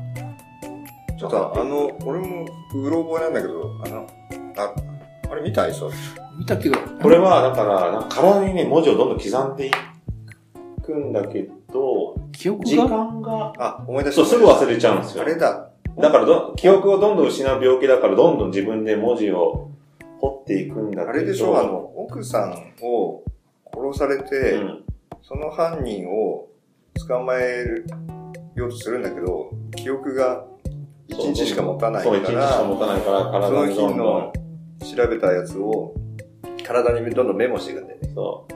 ちょっとあの、俺もうろ覚えなんだけど、あの、あ、あれ見たいそう。見たけど、これは、だから、なんか体にね、文字をどんどん刻んでいくんだけど、記憶時が間が、あ、思い出した。そう、すぐ忘れちゃうんですよ。あれだ。だからど、記憶をどんどん失う病気だから、どんどん自分で文字を彫っていくんだけあど。れでしょ、あの、奥さんを殺されて、うんその犯人を捕まえようとするんだけど、記憶が1日しか持たないかそう、一日しら、かそ持たないから、体のに日どんどのん。調べたやつを体にどんどんメモしていくんだよね。そ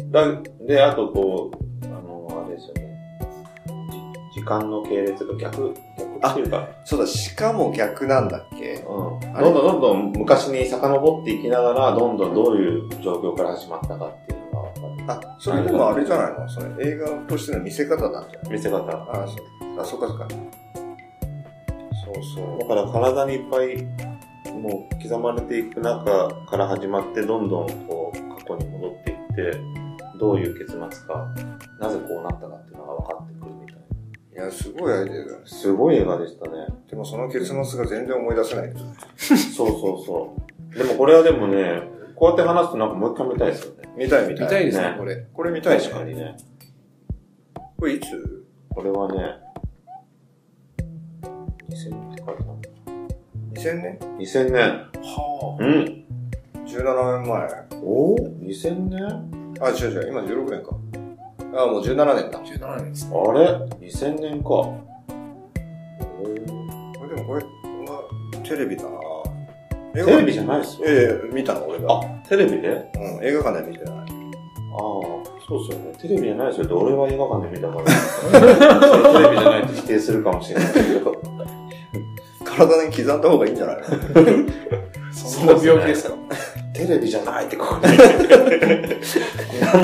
う。だ、で、あとこう、あの、あれですよね。じ時間の系列が逆、逆っていうか、そうだ、しかも逆なんだっうん。けどんあれどんどんどん昔に遡っていきながら、どんどんどういう状況から始まったかっていうのが分かあ、それでもあれじゃないのそれ映画としての見せ方なんじゃないる。見せ方。あそう。あ、そっかそっか。そうそだから体にいっぱいもう刻まれていく中から始まってどんどんこう過去に戻っていってどういう結末かなぜこうなったかっていうのが分かってくるみたいなう。いや、すごいアイデアだね。すごい映画でしたねでもその結末が全然思い出せない。そうそうそうでもこれはでもねこうやって話すとなんかもう一回見たいですよね見たい見たい。見たいですねね、これ。これ見たい確しかにねこれいつこれはね2000年って書いてあ ?2000 年る2000年はうん ?17 年前。おお2000年あ、違う違う、今16年か。あ、もう17年だあ。。17年です。あれ2000年かへーこれでもこれはテレビだなテテレビじゃないですよ。ええ見たの俺が。あ、テレビでああ、うん、映画館で見てない。そうっすよね。テレビじゃないですよって俺は映画館で見たから。テレビじゃないって否定するかもしれないけど。体に刻んだ方がいいんじゃないのそんな病気ですか テレビじゃないってここに。何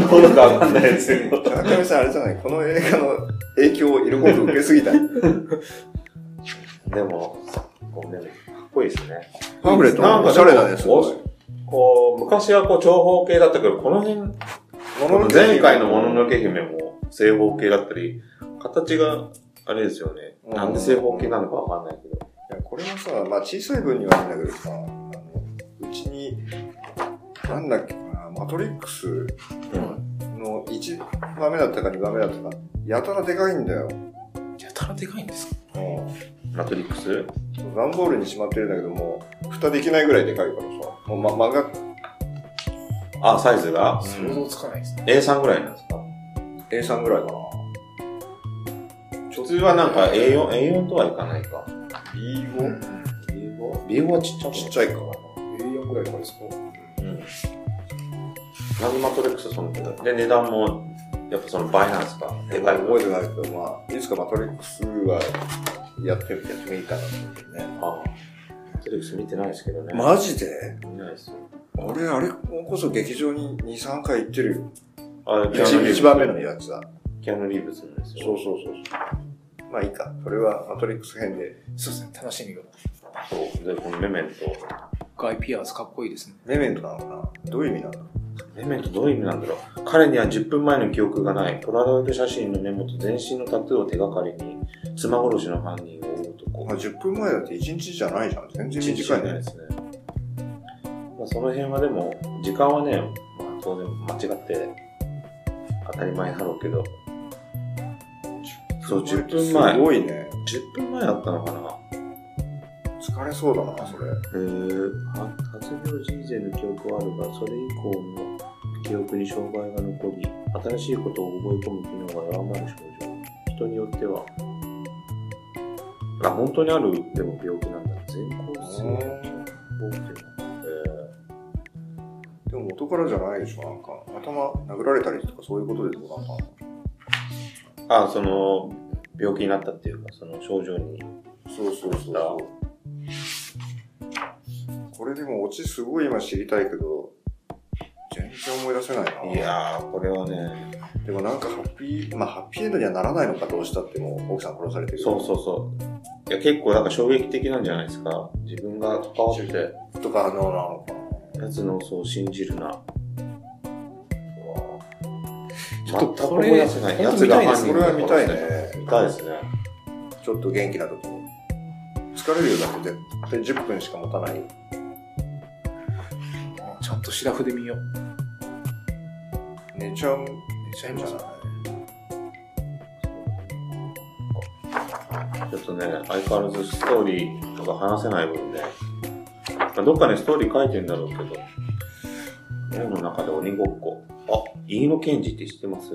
のことかわかんないですけど。中上さん、あれじゃないこの映画の影響を色濃く受けすぎた。でも、こうね、かっこいいですね。パンフレットなもんかおしゃれだね、すごい。こう、昔はこう、長方形だったけど、この辺、この前回のもののけ姫も正方形だったり、形が、あれですよね。うんなんで正方形なのかわかんないけど。いや、これはさ、まあ小さい分にはいいんだけどさ、あの、うちに、なんだっけかな、マトリックスの1番目だったか2番目だったか、やたらでかいんだよ。やたらでかいんですかうんマトリックス段ボールにしまってるんだけども、蓋できないぐらいでかいからさ、もう、ま、漫画、あ、サイズが想像つかないですね。 A3 ぐらいなんですか A3 ぐらいかな。普通はなんか A4、A4 とはいかないか。う B5? ん B5? B5 はちっちゃくちっちゃいか。 A4 ぐらいからですかうん。ラグマトレックスはそんなで、値段も、やっぱその倍なんですかでまかあい。覚えてないけど、まあ、いつかマトリックスはやってみて、やってもいいかなと思ってね。ああ。トレックス見てないですけどね。ジで見ないですよ。俺、あれこそ劇場に2、3回行ってるよ。あ、キャノリー1番目のやつだ。キャノリーブスのですよ。そうそうそうそう。まあいいか。それはマトリックス編で。そうですね、楽しみが。そう。で、このメメント。ガイ・ピアーズかっこいいですね。メメントなのかなどういう意味なんだろメメントどういう意味なんだろう彼には10分前の記憶がない。ポラロイド写真のメモと全身のタトゥーを手がかりに、妻殺しの犯人を追う男。こまあ、10分前だって1日じゃないじゃん。全然一日短いないねで。すね。まあ、その辺はでも、時間はね、まあ、当然間違って当たり前だろうけど、そう、10分前す。ごいね。 10分前だったのかな疲れそうだな、それ。えー、は発病時以前の記憶はあるが、それ以降の記憶に障害が残り、新しいことを覚え込む機能が弱まる症状。人によっては、あ、本当にある、でも病気なんだ。全校性暴言。でも元からじゃないでしょ、なんか。頭殴られたりとかそういうことでしょ、なんか。えーあ、その、病気になったっていうか、その症状に。そうそうそうそう。これでもオチすごい今知りたいけど、全然思い出せないな。いやー、これはね、でもなんかハッピー、まあハッピーエンドにはならないのかどうしたってもう奥さん殺されてる。そうそうそう。いや、結構なんか衝撃的なんじゃないですか。自分が関わって、う。とかあのなのかな。奴の嘘を信じるな。ちょっとこ全く思いれ、出せない本当奴見がたいで犯人すこねれは見たいね。見たいですね。ちょっと元気な時に。疲れるよ、だって絶対10分しか持たない。あちゃんとシラフで見よう。寝ちゃうん寝ちゃいじまゃすないちょっとね、相変わらずストーリーとか話せないもんで、まあ、どっかね、ストーリー書いてんだろうけど、ゲームの中で鬼ごっこ。あ、飯野健二って知ってます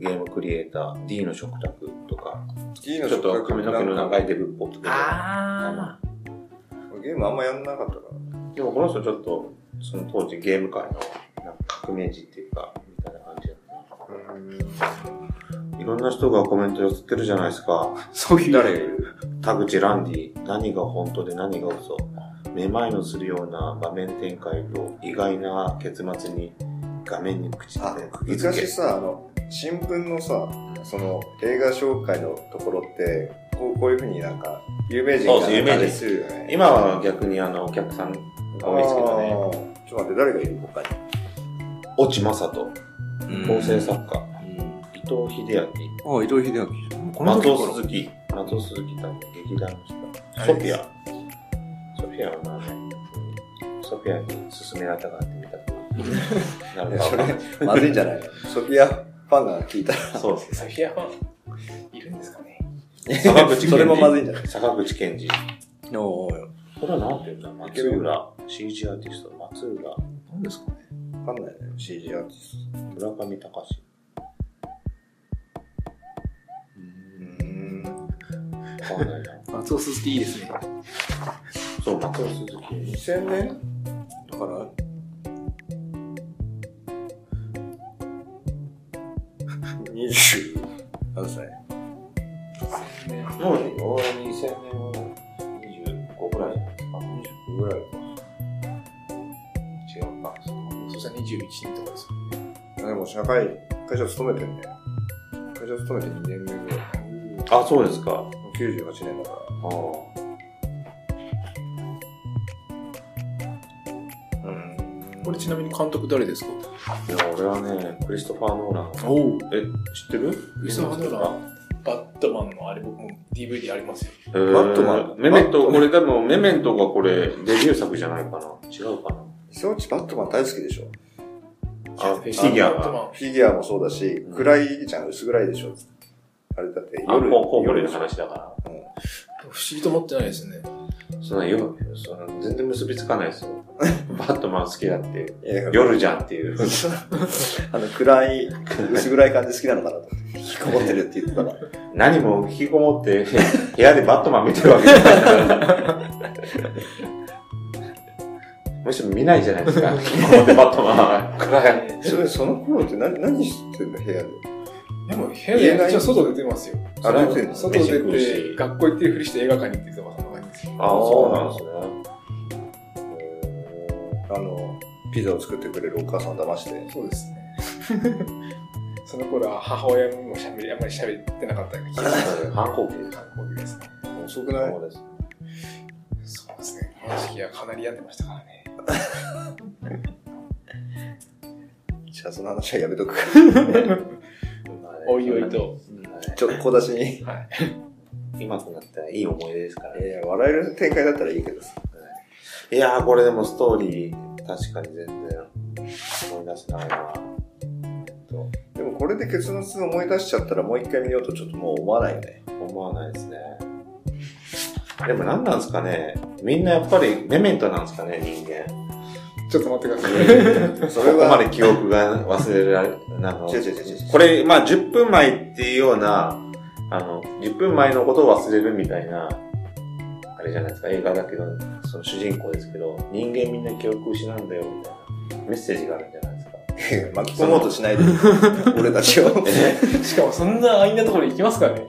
ゲームクリエイター、D の食卓とか、 D ちょのっと髪の毛の長いデブっぽくて。あゲームあんまやんなかったから。でもこの人ちょっと、その当時ゲーム界のなんか革命児っていうか、みたいな感じだっな。いろんな人がコメント寄せてるじゃないですか。あ。そういう。誰より田口ランディ、何が本当で何が嘘。めまいのするような場面展開と意外な結末に画面に口あで釘付け昔。さあの新聞のさその映画紹介のところってこうこういうふうになんか有名人そうそうが有名人あれするよね今は逆にあの、お客さんが多いですけどね。ねちょっと待って誰がいる他に越智正人、構成作家、うん伊藤秀明、あ伊藤秀明この松時尾から鈴木、松尾鈴木たち劇団の人、ソフィア。ソフィアはね、ソフィアに勧められたからって見たくな るそかれまずいんじゃないのソフィアファンが聞いたらそうですサフィアファン、いるんですかね。坂口健二それもまずいんじゃない坂口健二。おおこれはなんていうんだ松浦、CG アーティスト、松浦、何ですかね。分かんないね CG アーティスト村上隆。うーんわかんないな。松尾鈴木いいですね。 そう、松尾鈴木。 2000年だから20何歳ねもうね、応援2000年は25ぐらいじゃないですか。 20ぐらいか違うか。そしたら21人とかですよ。あでも社会、会社勤めてんね。会社勤めて2年目ぐらい。あ、そうですか。あもう98年だかあ。ら。うん。これちなみに監督誰ですかいや、俺はね、クリストファー・ノーラン。おお。え、知ってるクリストファーノーラバットマンのあれ僕も DVD ありますよ。えーバットマンメメンバット、トマこれでも、メメントがこれ、デビュー作じゃないかな。違うかな。磯内バットマン大好きでしょ。あ、フフィギュアバットマが。ン。フィギュアもそうだし、うん暗いじゃん、薄暗いでしょ。あれだってあ、夜、もうコウモ夜リのでしょ話だから。不思議と思ってないですね。そんな、よ、その全然結びつかないですよ。 バットマン好きだっていう。いやだから夜じゃんっていう。 あの暗い、薄暗い感じ好きなのかなと。引きこもってるって言ってたら。何も引きこもって、部屋でバットマン見てるわけじゃないから。むしろ見ないじゃないですか。引きこもってバットマンは。暗い。それ、その頃って何、何してんの部屋で。でも部屋で一応外出てますよ。あれてんの外出、飯食うして学校行ってるふりして映画館に行ってるとかそんな感じですよ。ああ、そうなんですね。あの、ピザを作ってくれるお母さん騙して。そうですね。その頃は母親もしゃべり、あんまり喋ってなかったけど、反抗期です。観光ですね。遅くないそうです。そうですね。この時期はかなり病んでましたからね。じゃあその話はやめとくか。 まあねおいおいと。そんなねちょっと小出しに。はい。今となってはいい思い出ですからね。いや、笑える展開だったらいいけどさ。いやー、これでもストーリー、確かに全然思い出せないなえっと、でもこれで結末思い出しちゃったらもう一回見ようとちょっともう思わないよね。 思わないですね。でも何なんですかねみんなやっぱりメメントなんですかね人間。ちょっと待ってください。そそれこまは、で記憶が忘れられ、なんか違う違う違う違うこれ、まあ10分前っていうような、あの、10分前のことを忘れるみたいな、あれじゃないですか、映画だけど、その主人公ですけど、人間みんな記憶失うんだよ、みたいなメッセージがあるんじゃないですか。巻き込もうとしない で、俺たちを。しかもそんな安易なところに行きますからね。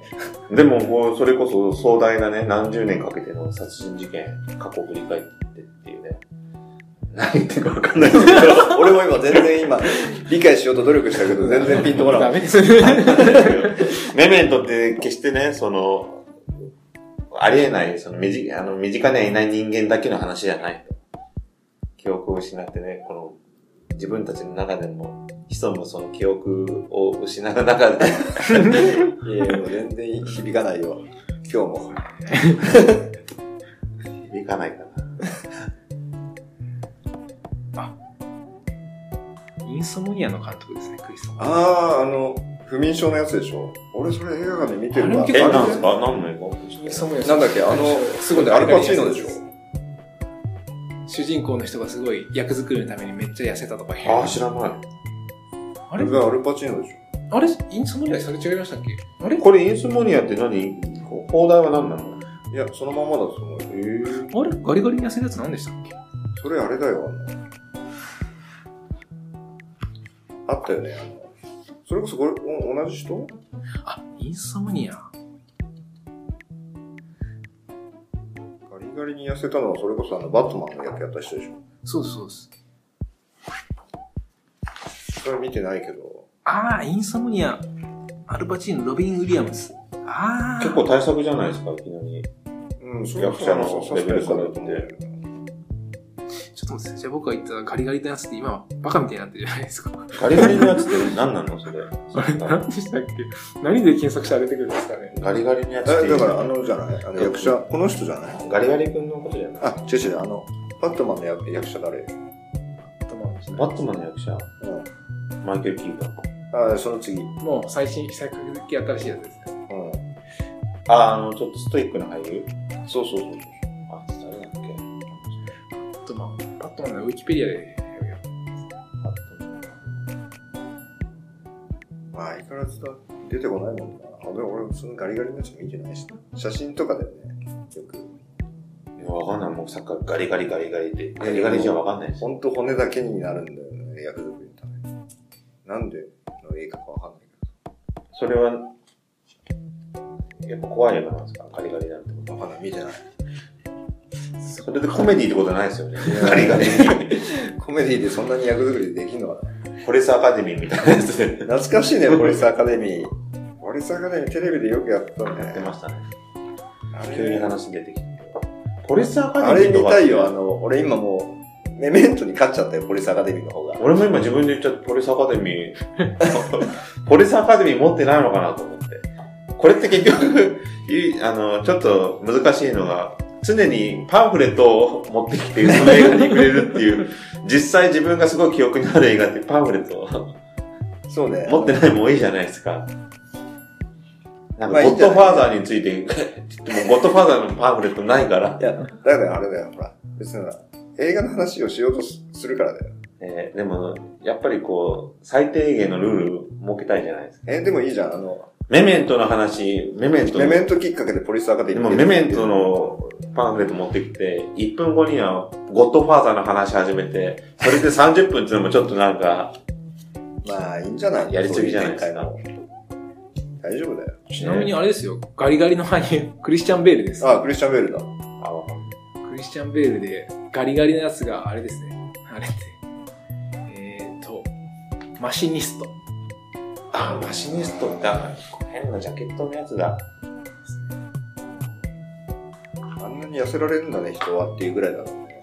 でも、もうそれこそ壮大なね、何十年かけての殺人事件、過去を振り返ってっていうね。何言ってるかわかんないですけど。 俺も今全然今、理解しようと努力したけど、全然ピンとこなダかっメ です。 メメントって決してね、その、ありえない、その身近あの身近にはいない人間だけの話じゃないと。記憶を失ってね、この自分たちの中でも潜むその記憶を失う中で、た。いや、もう全然響かないよ。今日も。響かないかインソムニアの監督ですね、クリスさん。あー、あの、不眠症のやつでしょ。俺それ映画館で見てるわあれ。な。結え、構なんですか何の映そう画もやなんだっけあの、すごいね、アルパチーノでしょ。主人公の人がすごい役作りのためにめっちゃ痩せたとか言うああ、知らない。ああれれがアルパチーノでしょ。あれインソムニアそれ違いましたっけあれこれインスモニアって何こう放題は何なのいや、そのまんまだと思うよ。あれガリガリに痩せるやつ何でしたっけそれあれだよ、あの。あったよね、あの。それこそこれ、お同じ人あ、インソムニア。ガリガリに痩せたのは、それこそあの、バットマンの役やった人でしょ。そうです、そうです。それ見てないけど。ああ、インソムニア。アルパチーノ、ロビン・ウィリアムズ。ああ。結構対策じゃないですか、いきなり。うん、役者のレベルから言ってちょっと待ってください、じゃあ僕が言ったガリガリのやつって今、バカみたいになってるじゃないですか。ガリガリのやつって何なのそれ。あれ、 何でしたっけ何で検索したら出てくるんですかねガリガリのやつってえ、いだうから、あの、じゃないあの、役者、この人じゃないガリガリ君のことじゃないあ、違う違う、あの、バットマンの役役者誰バットマンの役者、うん。マイケル・キートン。あ、その次。うん。もう最新、最近新しいやつですね。あ、あの、ちょっとストイックな俳優そうそうそう。あ、誰だっけパットマン。パットマンのウィキペディアで。バットマンまあ、相変わらずだ、出てこないもんな。俺、俺、そのガリガリのやつ見てないし。写真とかだよね。よく。いや、わかんない。もうサッカーガリガリガリガリって。ガリガリじゃわかんないです。ほんと骨だけになるんだよね、役作りのために。なんでの映画かわかんないそれは、やっぱ怖い映画なんですかガリガリなんてこけど。わかんない、見てない。と。それでコメディってことないですよね。ガリガリ。コメディでそんなに役作りできんのかなポレスアカデミーみたいなやつで。懐かしいね、ポリスアカデミー。ポリスアカデミーテレビでよくやったやってね。ましたね。あ急にれ話出てきて。ポレスアカあデれミーと見か。たいよ、あ。の、俺今もう、メメントに勝っちゃったよ、ポリスアカデミーの方が。俺も今自分で言っちゃって、ポリスアカデミー、 ポリスアカデミー持ってないのかなと思って。これって結局、いあの、ちょっと難しいのが、常にパンフレットを持ってきて、その映画にくれるっていう、 実際自分がすごい記憶にある映画ってパンフレットをそうね。持ってないもんいいじゃないですか。なんまあか、いいんゴッじゃドないファーザーについて、でもゴッドファーザーのパンフレットないからい、や、だからあれだよ、ほら。別にほら映画の話をしようとすするからだよ。えーでも、やっぱりこう、最低限のルール設けたいじゃないですか。え、でもいいじゃん、あの、メメントの話、メメントのメメントきっかけでポリスアカデでミーも、出メてくるメントのパンフレット持ってきて、1分後にはゴッドファーザーの話始めて、それで30分っていうのもちょっとなんか、まあ、いいんじゃないやりすぎじゃないですかそうう展開も大丈夫だよ。ちなみにあれですよ。ガリガリの俳優、クリスチャン・ベールです。あ、クリスチャン・ベールだ。あわかんないクリスチャン・ベールで、ガリガリのやつが、あれですね。あれって。えーと、マシニスト。あ、マシニストってあの変なジャケットのやつだ。あんなに痩せられるんだね、人はっていうぐらいだろうね。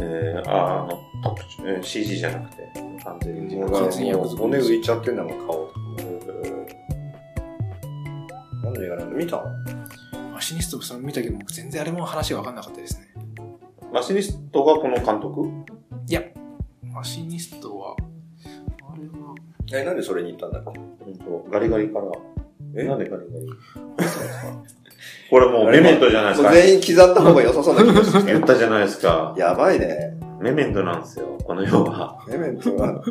えー、ああの、特殊、えー CG じゃなくて、完全に。もう完全に役作り骨浮いちゃってんだもん、顔。うーなんで映画なんだ見たのマシニストもそれ見たけど、僕全然あれも話が分かんなかったですね。マシニストがこの監督いや、マシニストは、あれは、え、なんでそれに行ったんだっけうんと、ガリガリから。え、えなんでガリガリこれもうメメントじゃないですもかう。全員刻んだ方が良さそうな気がす言るっ。たじゃないですか。 やばいね。メメントなんですよ、この世は。メメントは、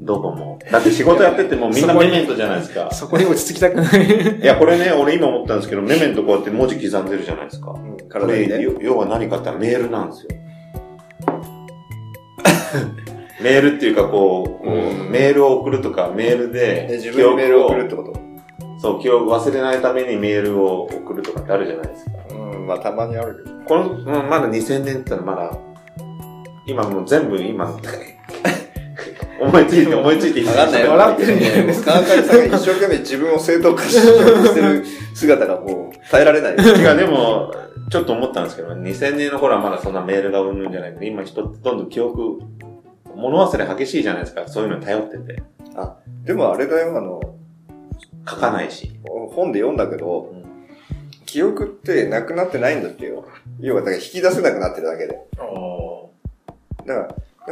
どこも。だって仕事やっててもみんなそこメにメントじゃないですか。そこに落ち着きたく ない。いや、これね、俺今思ったんですけど、メメントこうやって文字刻んでるじゃないですか。うんこ体れ、にね。よ要は何かって言ったらメールなんですよ。 メールっていうかこう、こうメールを送るとか、メールでえ、自分にメールを送るって記こ憶をそう、記憶を忘れないためにメールを送るとかってあるじゃないですか。とうん、まあたまにあるけど。この、うんまだ2000年って言ったらまだ、今もう全部今、 思いついて思いついて言わかんない。笑ってる。るね。川上さんが一生懸命自分を正当化しようとしてる姿がもう耐えられない。 いや、でも、ちょっと思ったんですけど、2000年の頃はまだそんなメールがうんぬんじゃないけど、今人ってどんどん記憶、物忘れ激しいじゃないですか。そういうのに頼ってて。でもあれだよ、あの、書かないし。本で読んだけど、う記憶ってなくなってないんだってよ。要は、だから引き出せなくなってるだけで。だから、なん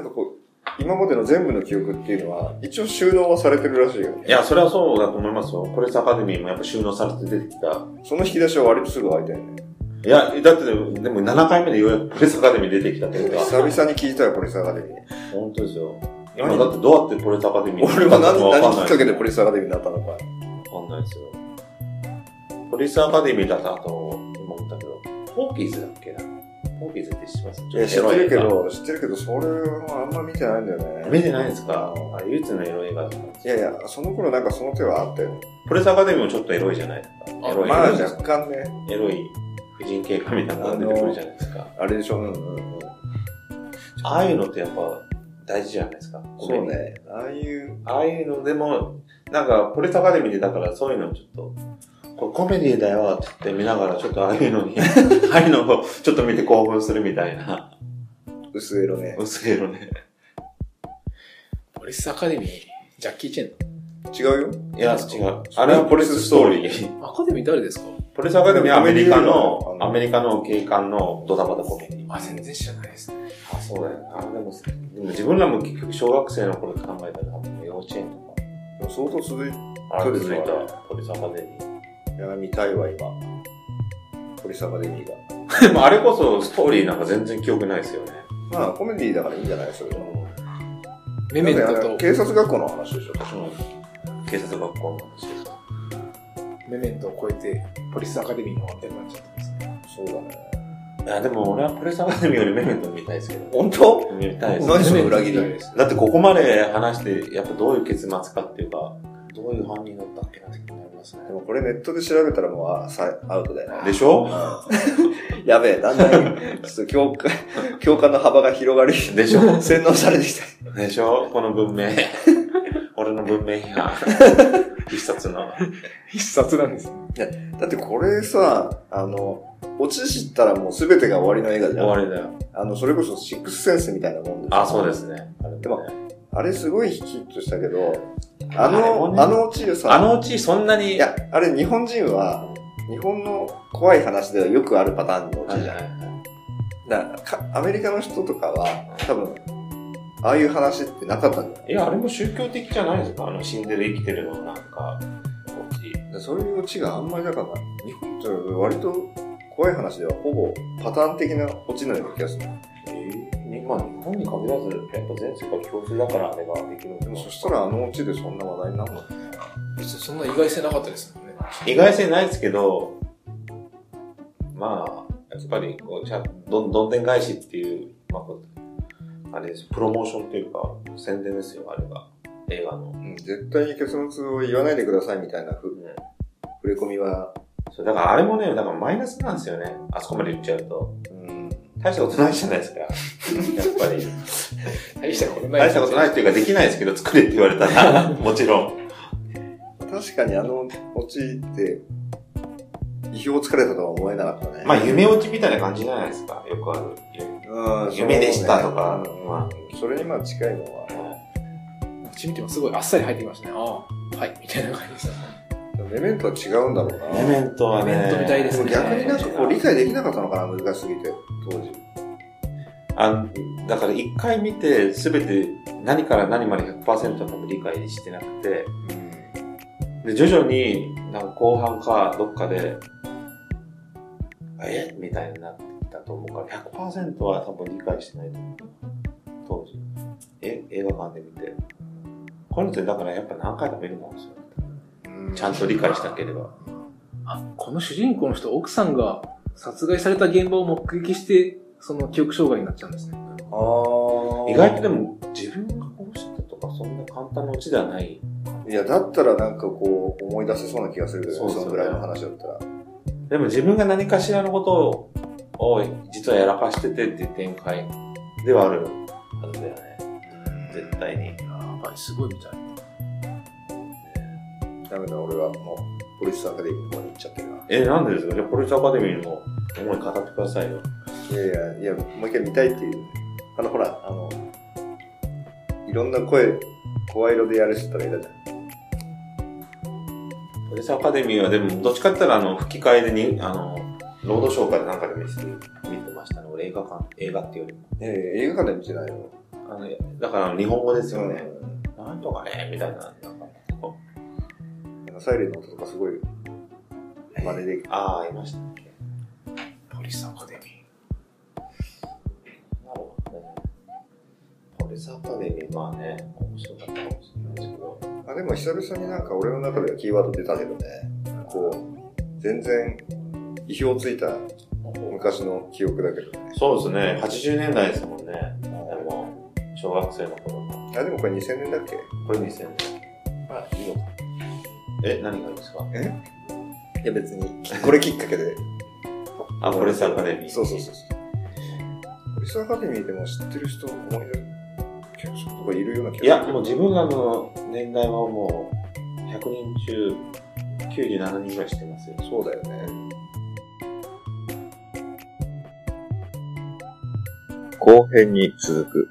かこう、今までの全部の記憶っていうのは、一応収納はされてるらしいよね。いや、それはそうだと思いますよ。コレスアカデミーもやっぱ収納されて出てきた。その引き出しは割とすぐ開いたよね。いや、だってでもでも7回目でようやくコレスアカデミー出てきたというか。久々に聞いたよ、ポリスアカデミー。本当ですよ。今何だってどうやってポレスアカデミー に俺は何、わ何かんきなっいかけでポリスアカデミーになったのか。わかんないですよ。ポリスアカデミーだと、あと、今思ったけど、ポーキーズだっけなポーキーズって知ってますいや、知ってるけ。ちょとエロいど、知ってるけど、それはあんま見てないんだよ映ね画。見てないですかあ唯一のエロい映画だったんですいよやいや、その頃なんかその手はあったよね。ポリスアカデミーもちょっとエロいじゃないですか。エロい、まあ若干ね、エロい婦人系画みたいなのが出てくるじゃないですか。あれでしょ。うんうんうん。ああいうのってやっぱ大事じゃないですか。そうね。ああいう、ああいうのでも、なんか、ポリスアカデミーでだからそういうのちょっと、これコメディだよって言って見ながら、ちょっとああいう のに、ああいうのをちょっと見て興奮するみたいな、薄エロね。薄い色ね。ポリスアカデミー、ジャッキー・チェ違うよ。いや、違う。あれはポリスストーリー。ンの。アカデミー誰ですか ポリスアカデミーはアメリカコメディ映の画、だよアメリカの警官のドタバタコメディ。あ、全然知らないですね。あ、そうだよな。でも、でも自分らも結局小学生の頃考えたら、幼稚園とか、でも相当続いあそうれです続いよたポリスアカデミー。いや、見たいわ、今。ポリスアカデミーが。でもあれこそストーリーなんか全然記憶ないですよね。まあ、コメディだからいいんじゃないそれは。メメンだトってあとれ、警察学校の話でしょ。うん警察学校の話ですか。メメントを超えて、ポリスアカデミーの方みたいになっちゃったんですね。そうだね。いや、でも俺はプレスアカデミーよりメメント見たいですけど。本当見たいです。何その裏切りメメントみたいですだってここまで話して、やっぱどういう結末かっていうか、どういう犯人だったっけなって気になりますねで。もこれネットで調べたらもうあさアウトだよね。でしうょんやべえ、だんだ ん、ちょっと共感、共感の幅が広がり、でし ょ洗脳されてきた。でしょこ の文明。俺の文明批判。 一冊の。必殺なんですね。だってこれさ、あの、落ち知ったらもう全てが終わりの映画じ終ゃん。わりだよ。あの、それこそシックスセンスみたいなもんです。あ、そうですすね。あれでもあれすごいヒットしたけど、ああれもの、ねあの落ちるさ、あのうちそんないに。や、あれ日本人は、日本の怖い話ではよくあるパターンの落はちいじゃん。はいはいだからかアメリカの人とかは、多分、ああいう話ってなかったんだよ。いや、あれも宗教的じゃないですかあの、死んでる生きてるのなんか、こっち。でそういうオチがあんまりだから、日本って割と怖い話ではほぼパターン的なオチのような気がする。えー、まあ日本に限らず、やっぱ全世界共通だからあれができるでもそしたらあのオチでそんな話題になるの別にそんな意外性なかったですもんね。意外性ないですけど、まあ、やっぱりこう、じゃどん、どんでん返しっていう、まあこう、あれです、プロモーションというか、宣伝ですよ、あれが。映画の。うん、絶対に結末を言わないでくださいみたいなふうん触れ込みは、そうだからあれもね、だからマイナスなんですよね。あそこまで言っちゃうと。うん、大したことないじゃないです か。やっぱり。大したことない。大したことないっていうか、できないですけど、作れって言われたら、 もちろん。確かにあのオチって、意表をつかれたとは思えなかったね。まあ、夢落ちみたいな感じじゃないですか。よくある。うん夢でしたとかそうねまうんそれにまあ近いのは、こっち見てもすごいあっさり入ってきましたね。ああ、はい、みたいな感じでした。メメントは違うんだろうな。エメントはね、メメントみたいでですもね逆になんかこう理解できなかったのかな、難しすぎて、当時。あだから一回見て、すべて何から何まで100%多分理解してなくて、で、徐々に、なんか後半か、どっかで、えみたいになってきたと思うから、100%は多分理解してないと思う。当時。え、映画館で見て。この人だからやっぱ何回か見るもんですよ。うちゃんと理解しなければ。あ、この主人公の人、奥さんが殺害された現場を目撃して、その記憶障害になっちゃうんですね。あー意外とでも、自分が殺したとか、そんな簡単なオチではない。いや、だったらなんかこう、思い出せそうな気がするけどね、そうそそうのぐらいの話だったら。でも自分が何かしらのことを、を実はやらかしててっていう展開ではあるはずだよね。絶対に。やばい、すごいみたい。ダメだ、俺はもう、ポリスアカデミーの方に行っちゃってるな。え、なんでですかじゃあ、ポリスアカデミーの思い語ってくださいよ。いやいや、いや、もう一回見たいっていう。あの、ほら、あの、いろんな声、声色でやる人がいたじゃん。ポリスアカデミーは、でも、どっちかって言ったら、あの、吹き替えでに、あの、ロードショーかでなんかで見て、見てましたね。俺映画館、映画っていうよりも。いやいや、映画館で見てないよ。あの、だから日本語ですよね。なんとかね、みたいな。なんかこううん。なんかサイレンの音とかすごい、真似できる。ああ、いました。なポリスアカデミるほどね。ポリスアカデミー、まあね、面白かったかもしれないですけど。あ、でも久々になんか俺の中ではキーワード出たけどね。こう、全然、意表をついた昔の記憶だけどね。そうですね、80年代ですもんね。でも、小学生の頃の。あ、でもこれ2000年だっけこれ2000年。まあ、いいのか。え、何がいいですかいや別に、これきっかけで。あ、ポリスアカデミー。そうそうそうそう。ポリスアカデミーでも知ってる人、思い出る結構人とかいるような気がいや、もう自分らの年代はもう、100人中97人ぐらいしてますよ。そうだよね。後編に続く。